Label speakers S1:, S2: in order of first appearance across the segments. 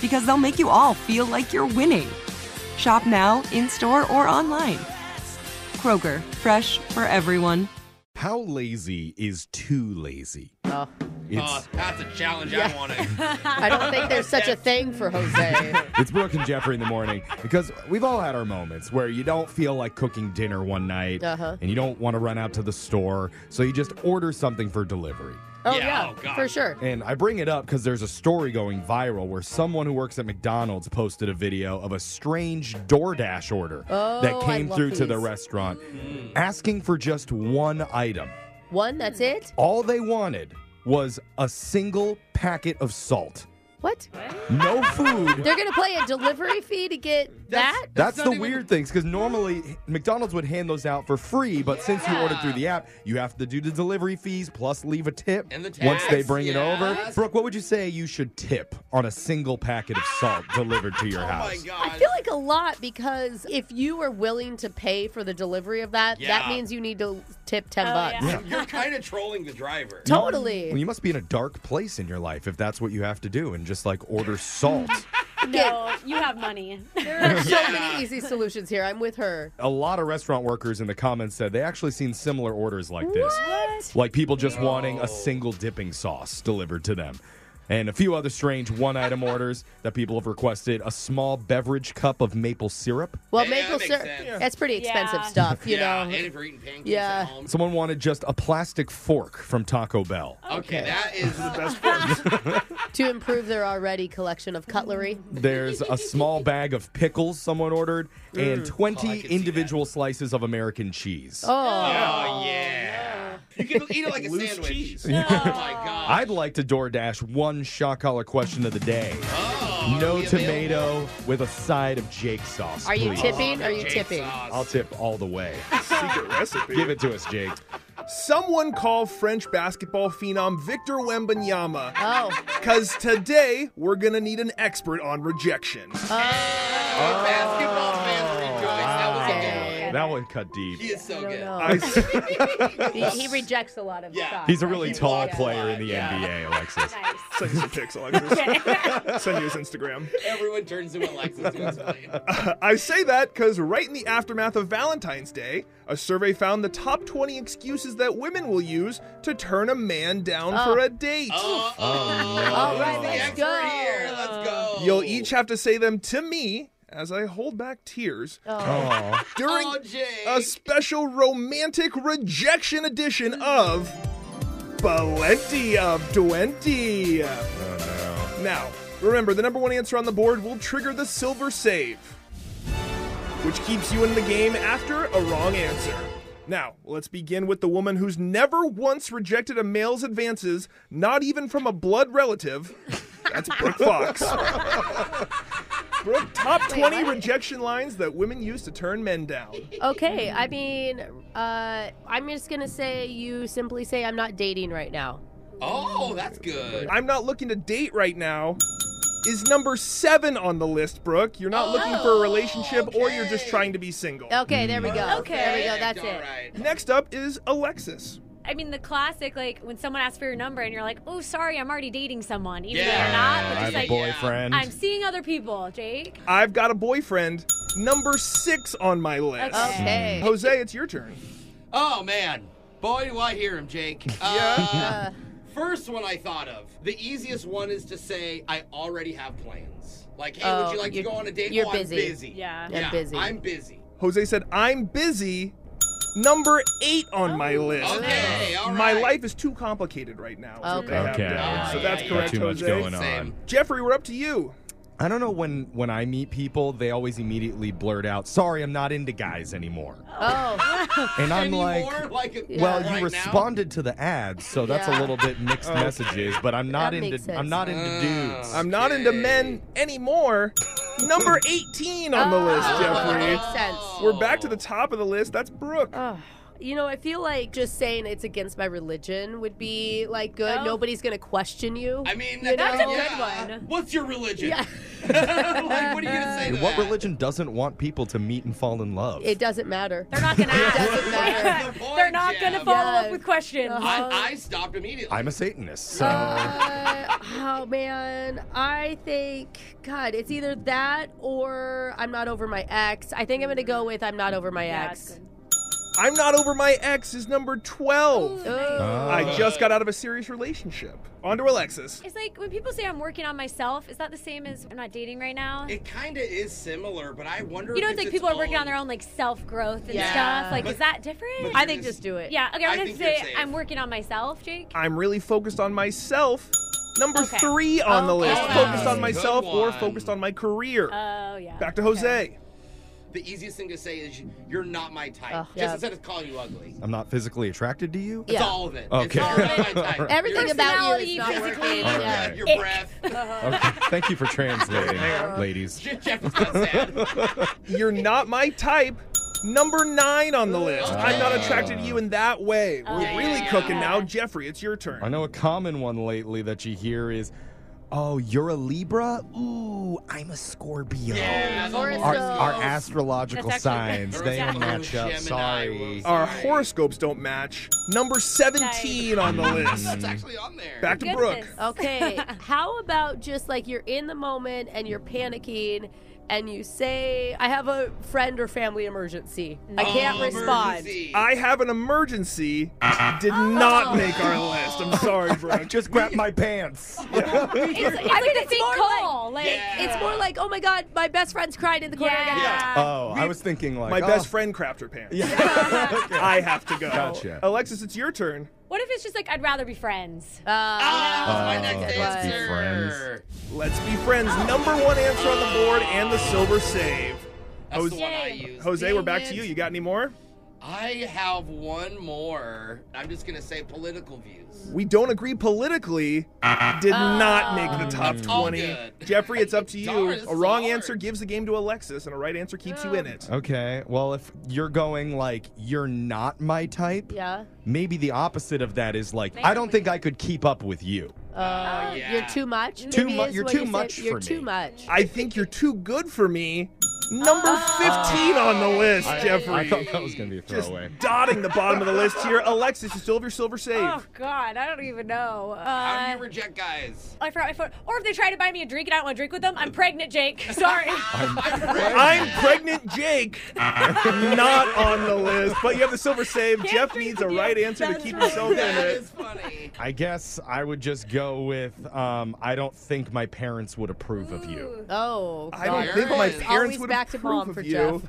S1: because they'll make you all feel like you're winning. Shop now, in store, or online. Kroger, fresh for everyone.
S2: How lazy is too lazy?
S3: Oh.
S4: Oh,
S2: It's,
S4: that's a challenge I want to.
S3: I don't think there's such a thing for Jose.
S2: it's Brooke and Jeffrey in the morning because we've all had our moments where you don't feel like cooking dinner one night
S3: Uh-huh.
S2: and you don't want to run out to the store, so you just order something for delivery.
S3: Oh,
S4: Yeah,
S3: yeah,
S4: oh, God.
S3: for sure.
S2: And I bring it up because there's a story going viral where someone who works at McDonald's posted a video of a strange DoorDash order that
S3: Oh, I
S2: came
S3: love
S2: through to the
S3: these.
S2: restaurant asking for just one item.
S3: One, that's it?
S2: All they wanted was a single packet of salt.
S3: What?
S2: No food.
S3: They're going to play a delivery fee to get that?
S2: That's
S4: not
S2: the
S4: even-
S2: weird things because normally McDonald's would hand those out for free, but since you ordered through the app, you have to do the delivery fees plus leave a tip
S4: And the
S2: once they
S4: tax,
S2: bring it over.
S4: yes.
S2: Brooke, what would you say you should tip on a single packet of salt delivered to your
S4: Oh my
S2: house?
S3: I
S4: god.
S3: feel like a lot because if you are willing to pay for the delivery of that, that
S4: Yeah.
S3: means you need to tip 10 bucks.
S2: Yeah.
S4: You're kind of trolling the driver.
S3: Totally.
S2: Well, you must be in a dark place in your life if that's what you have to do and just like order salt.
S5: No, you have money.
S3: There are so many easy solutions here. I'm with her.
S2: a lot of restaurant workers in the comments said they actually seen similar orders like this. Like people just wanting a single dipping sauce delivered to them. And a few other strange one item orders that people have requested a small beverage cup of maple syrup.
S3: Well,
S4: Yeah,
S3: maple
S4: that makes
S3: syrup,
S4: sense.
S3: that's pretty expensive
S5: Yeah.
S3: stuff, you
S4: yeah,
S3: know.
S4: and if you're eating pancakes
S3: Yeah.
S4: at home.
S2: Someone wanted just a plastic fork from Taco Bell.
S4: Okay, that is the best.
S3: to improve their already collection of cutlery.
S2: There's a small bag of pickles someone ordered and 20
S4: Oh, I can see
S2: individual slices of American cheese.
S3: Oh,
S4: Oh yeah. You can eat it like a sandwich. Oh my god.
S2: I'd like to DoorDash one shot collar question of the day. no
S4: Oh, be available?
S2: tomato with a side of Jake sauce.
S3: are you
S2: please.
S3: tipping? Are you tipping?
S2: I'll tip all the way.
S6: Secret recipe.
S2: Give it to us, Jake.
S6: Someone call French basketball phenom Victor Wembanyama.
S3: Oh,
S6: Because today we're going to need an expert on rejection.
S3: Oh.
S4: Basketball fans rejoice. That was a good
S3: okay.
S2: That one cut deep.
S4: one. He is so
S3: I
S4: good.
S3: don't
S6: I s-
S3: know. He, he rejects a lot of
S4: Yeah.
S3: stuff.
S2: He's a really tall
S4: blocked
S2: player in
S4: that,
S2: the
S4: yeah.
S2: NBA, Alexis.
S5: Nice.
S6: send you some pics, Alexis. send you his Instagram. Uh,
S4: Everyone turns to Alexis to explain.
S6: I say that because right in the aftermath of Valentine's Day, a survey found the top 20 excuses that women will use to turn a man down for a date.
S4: Oh,
S3: All right,
S4: the
S3: let's
S4: expert here.
S3: go.
S4: Let's go.
S6: You'll each have to say them to me as I hold back tears
S2: Oh,
S6: during
S4: Oh, Jay.
S6: a special romantic rejection edition of Plenty of 20. Now, remember, the number one answer on the board will trigger the silver save, which keeps you in the game after a wrong answer. Now, let's begin with the woman who's never once rejected a male's advances, not even from a blood relative, That's Brooke Fox. Brooke, top 20 rejection lines that women use to turn men down.
S3: Okay, I mean, uh, I'm just gonna say you simply say I'm not dating right now.
S4: Oh, that's good.
S6: I'm not looking to date right now is number seven on the list, Brooke. You're not looking for a relationship or you're just trying to be single.
S3: Okay, there we go.
S5: Mm. Okay.
S3: there we go. That's
S4: All
S3: it.
S4: right.
S6: Next up is Alexis.
S5: I mean, the classic, like when someone asks for your number and you're like, "Oh, sorry, I'm already dating someone," even though
S4: Yeah.
S5: you're not.
S2: I
S5: But
S2: have
S5: just
S2: a
S5: like,
S2: boyfriend.
S5: I'm seeing other people, Jake.
S6: I've got a boyfriend, number six on my list.
S3: Okay.
S6: Jose, it's your turn.
S4: Oh man, boy, do I hear him, Jake. Uh, First one I thought of. The easiest one is to say I already have plans. Like, hey,
S3: Oh,
S4: would you like to
S3: you're-
S4: go on a date?
S3: you're
S4: Oh,
S3: busy.
S4: I'm busy.
S5: Yeah.
S3: I'm busy.
S4: I'm busy.
S6: Jose said, I'm busy, number eight on my list.
S4: Okay, all right.
S6: My life is too complicated right now. is what they have
S2: Okay.
S6: down.
S2: Ah,
S6: so
S2: yeah,
S6: that's
S2: yeah,
S6: correct,
S2: yeah. Too much
S6: Jose.
S2: going on.
S4: Same.
S6: Jeffrey, we're up to you.
S2: I don't know when when I meet people, they always immediately blurt out, "Sorry, I'm not into guys anymore."
S3: Oh,
S2: And I'm
S4: Anymore?
S2: like,
S4: Like,
S2: "Well,
S4: right
S2: you
S4: now?
S2: responded to the ads, so that's
S3: Yeah.
S2: a little bit mixed messages, but I'm not
S3: That
S2: into
S3: makes sense.
S2: I'm not into dudes."
S6: I'm not into men anymore. Number 18 on the list,
S3: Oh, that
S6: Jeffrey.
S5: Oh.
S3: makes sense.
S6: We're back to the top of the list. That's Brooke.
S3: You know, I feel like just saying it's against my religion would be like good.
S5: No.
S3: Nobody's gonna question you.
S4: I mean,
S3: You know?
S4: that's
S3: That's a
S4: yeah.
S5: good one.
S4: What's your religion? like, what are you gonna say?
S2: And
S4: to
S2: what
S4: that?
S2: religion doesn't want people to meet and fall in love?
S3: it doesn't matter.
S5: They're not gonna ask.
S3: doesn't matter.
S4: Good point,
S5: They're not gonna
S4: Jeff.
S5: follow
S3: Yeah.
S5: up with questions.
S4: I, I stopped immediately.
S2: I'm a Satanist, so
S3: Uh, oh man, I think God, it's either that or I'm not over my ex. I think I'm gonna go with I'm not over my
S5: Yeah,
S3: ex.
S5: it's good.
S6: I'm not over my ex is number 12.
S3: Oh,
S6: I just got out of a serious relationship. On to Alexis.
S5: It's like when people say I'm working on myself. Is that the same as I'm not dating right now?
S4: It kind of is similar, but I wonder.
S5: you
S4: if
S5: know, it's
S4: it's
S5: like
S4: its
S5: people are working
S4: own-
S5: on their own like self growth and
S3: Yeah.
S5: stuff. Like,
S4: But-
S5: is that different?
S4: but
S3: I think just do it.
S5: yeah. Okay,
S4: I
S5: I'm gonna
S4: think you're
S5: say
S4: safe.
S5: I'm working on myself, Jake.
S6: I'm really focused on myself. Number
S5: Okay.
S6: three on the
S3: Okay.
S6: list.
S3: Oh,
S6: Focused
S3: wow.
S6: on myself
S4: Good
S6: or
S4: one.
S6: focused on my career.
S5: Oh yeah.
S6: Back to
S5: Okay.
S6: Jose.
S4: The easiest thing to say is you're not my type.
S3: Oh,
S4: just
S3: yeah.
S4: instead of calling you ugly.
S2: I'm not physically attracted to you.
S4: It's
S3: Yeah.
S4: all of it.
S2: Okay.
S4: It's all about my type.
S3: Everything
S4: Your
S3: about you
S5: personality,
S3: is not
S4: physically,
S3: working.
S2: All
S3: Yeah. Oh.
S2: right.
S4: your breath.
S2: Okay. Thank you for translating, ladies.
S4: Jeff is not sad.
S6: You're not my type. Number nine on the list. I'm not attracted to you in that way. We're
S5: Oh,
S6: really cooking now. Jeffrey, it's your
S2: I
S6: turn.
S2: know a common one lately that you hear is, "Oh, you're a Libra. Ooh, I'm a Scorpio."
S4: Yeah, that's
S3: Or
S4: all.
S3: it's
S2: Our,
S3: So-
S2: our astrological
S5: That's actually-
S2: signs, they don't match up.
S4: Gemini
S2: Sorry.
S4: rules.
S6: Our horoscopes don't match. Number 17 on the list.
S4: That's actually on there.
S6: Back to Brooke.
S5: Goodness.
S3: Okay, how about just like you're in the moment and you're panicking and you say, I have a friend or family emergency. I can't
S4: Oh,
S3: respond.
S4: emergency.
S6: I have an emergency. Did not make our list. I'm sorry, Brooke.
S2: Just grab my pants.
S5: It's, it's
S3: I
S5: like
S3: mean,
S5: a
S3: it's
S5: big
S3: more
S5: call. Like,
S4: Yeah.
S3: It's more like, oh my God, my best friend's crying in the corner. I gotta go."
S5: yeah.
S2: Oh, I was thinking like
S6: My best
S2: oh,
S6: friend crapped her pants.
S2: Yeah. Okay.
S6: I have to go.
S2: Gotcha.
S6: Alexis, it's your turn.
S5: What if it's just like I'd rather be friends?
S3: Uh,
S4: Ah, that's
S2: Oh,
S4: my next
S2: let's be
S4: answer.
S2: friends.
S6: Let's be friends. Number one answer on the board and the silver save.
S4: That's
S6: Jose-
S4: the one I use.
S6: Jose, we're back to
S3: Dang
S6: you.
S3: it.
S6: You got any more?
S4: I have one more. I'm just gonna say political views.
S6: We don't agree politically. Did not make the top
S4: all
S6: 20.
S4: good.
S6: Jeffrey, it's up to
S4: Darn,
S6: you.
S4: this
S6: A
S4: is
S6: wrong
S4: hard.
S6: answer gives the game to Alexis, and a right answer keeps you in
S2: Oh.
S6: it.
S2: Okay. Well, if you're going like you're not my type,
S3: Yeah.
S2: maybe the opposite of that is like I don't think I could keep up with you.
S3: Uh,
S4: yeah.
S3: You're too much.
S2: Oh, Too
S3: Maybe
S2: mu-
S3: is
S2: you're
S3: what
S2: too
S3: you said.
S2: much
S3: You're
S2: for
S3: too
S2: me.
S3: much.
S6: I think you're too good for me. Number 15 on the list,
S2: I
S6: Jeffrey.
S2: thought that was gonna be a
S6: Just
S2: throwaway.
S6: dotting the bottom of the list here. Alexis, you still have your silver save.
S5: Oh God, I don't even know.
S4: How do
S5: Uh,
S4: you reject guys?
S5: I forgot my phone. Or if they try to buy me a drink and I don't want to drink with them, I'm pregnant, Jake. Sorry.
S6: I'm pregnant, Jake. Not on the list, but you have the silver save. Jeff
S5: drink
S6: needs a
S5: with you.
S6: right answer to
S5: That's
S6: keep
S5: right.
S6: himself in
S4: That
S6: it.
S4: is funny.
S2: I guess I would just go with um, I don't think my parents would approve of you.
S3: oh,
S6: I don't
S3: God.
S6: think my
S4: Always
S6: parents would
S3: back to
S6: approve
S3: mom
S6: of
S3: for
S6: you.
S3: Jeff.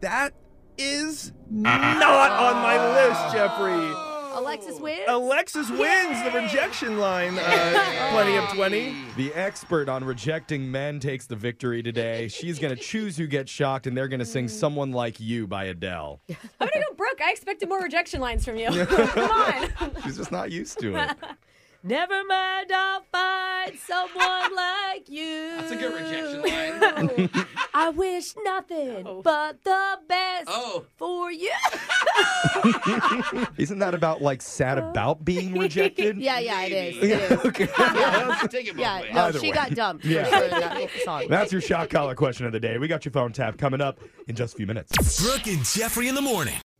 S6: That is not on my list, Jeffrey.
S3: Alexis wins.
S6: Alexis wins the rejection line. Uh, plenty of twenty.
S2: The expert on rejecting men takes the victory today. She's gonna choose who gets shocked, and they're gonna sing "Someone Like You" by Adele.
S5: I'm gonna go Brooke. I expected more rejection lines from you. Come on.
S2: She's just not used to it.
S3: Never mind, I'll find someone like you.
S4: That's a good rejection line.
S3: I wish nothing but the best
S4: Oh.
S3: for you.
S2: Isn't that about like sad about being rejected?
S3: yeah, yeah, it is.
S2: Yeah,
S3: It is.
S2: okay.
S4: Take it both
S3: Yeah,
S4: ways.
S3: no,
S2: Either
S3: she
S2: way.
S3: got dumped. for
S2: Yeah.
S3: sure in that song.
S2: That's your shot collar question of the day. We got your phone tap coming up in just a few minutes.
S7: Brooke and Jeffrey in the morning.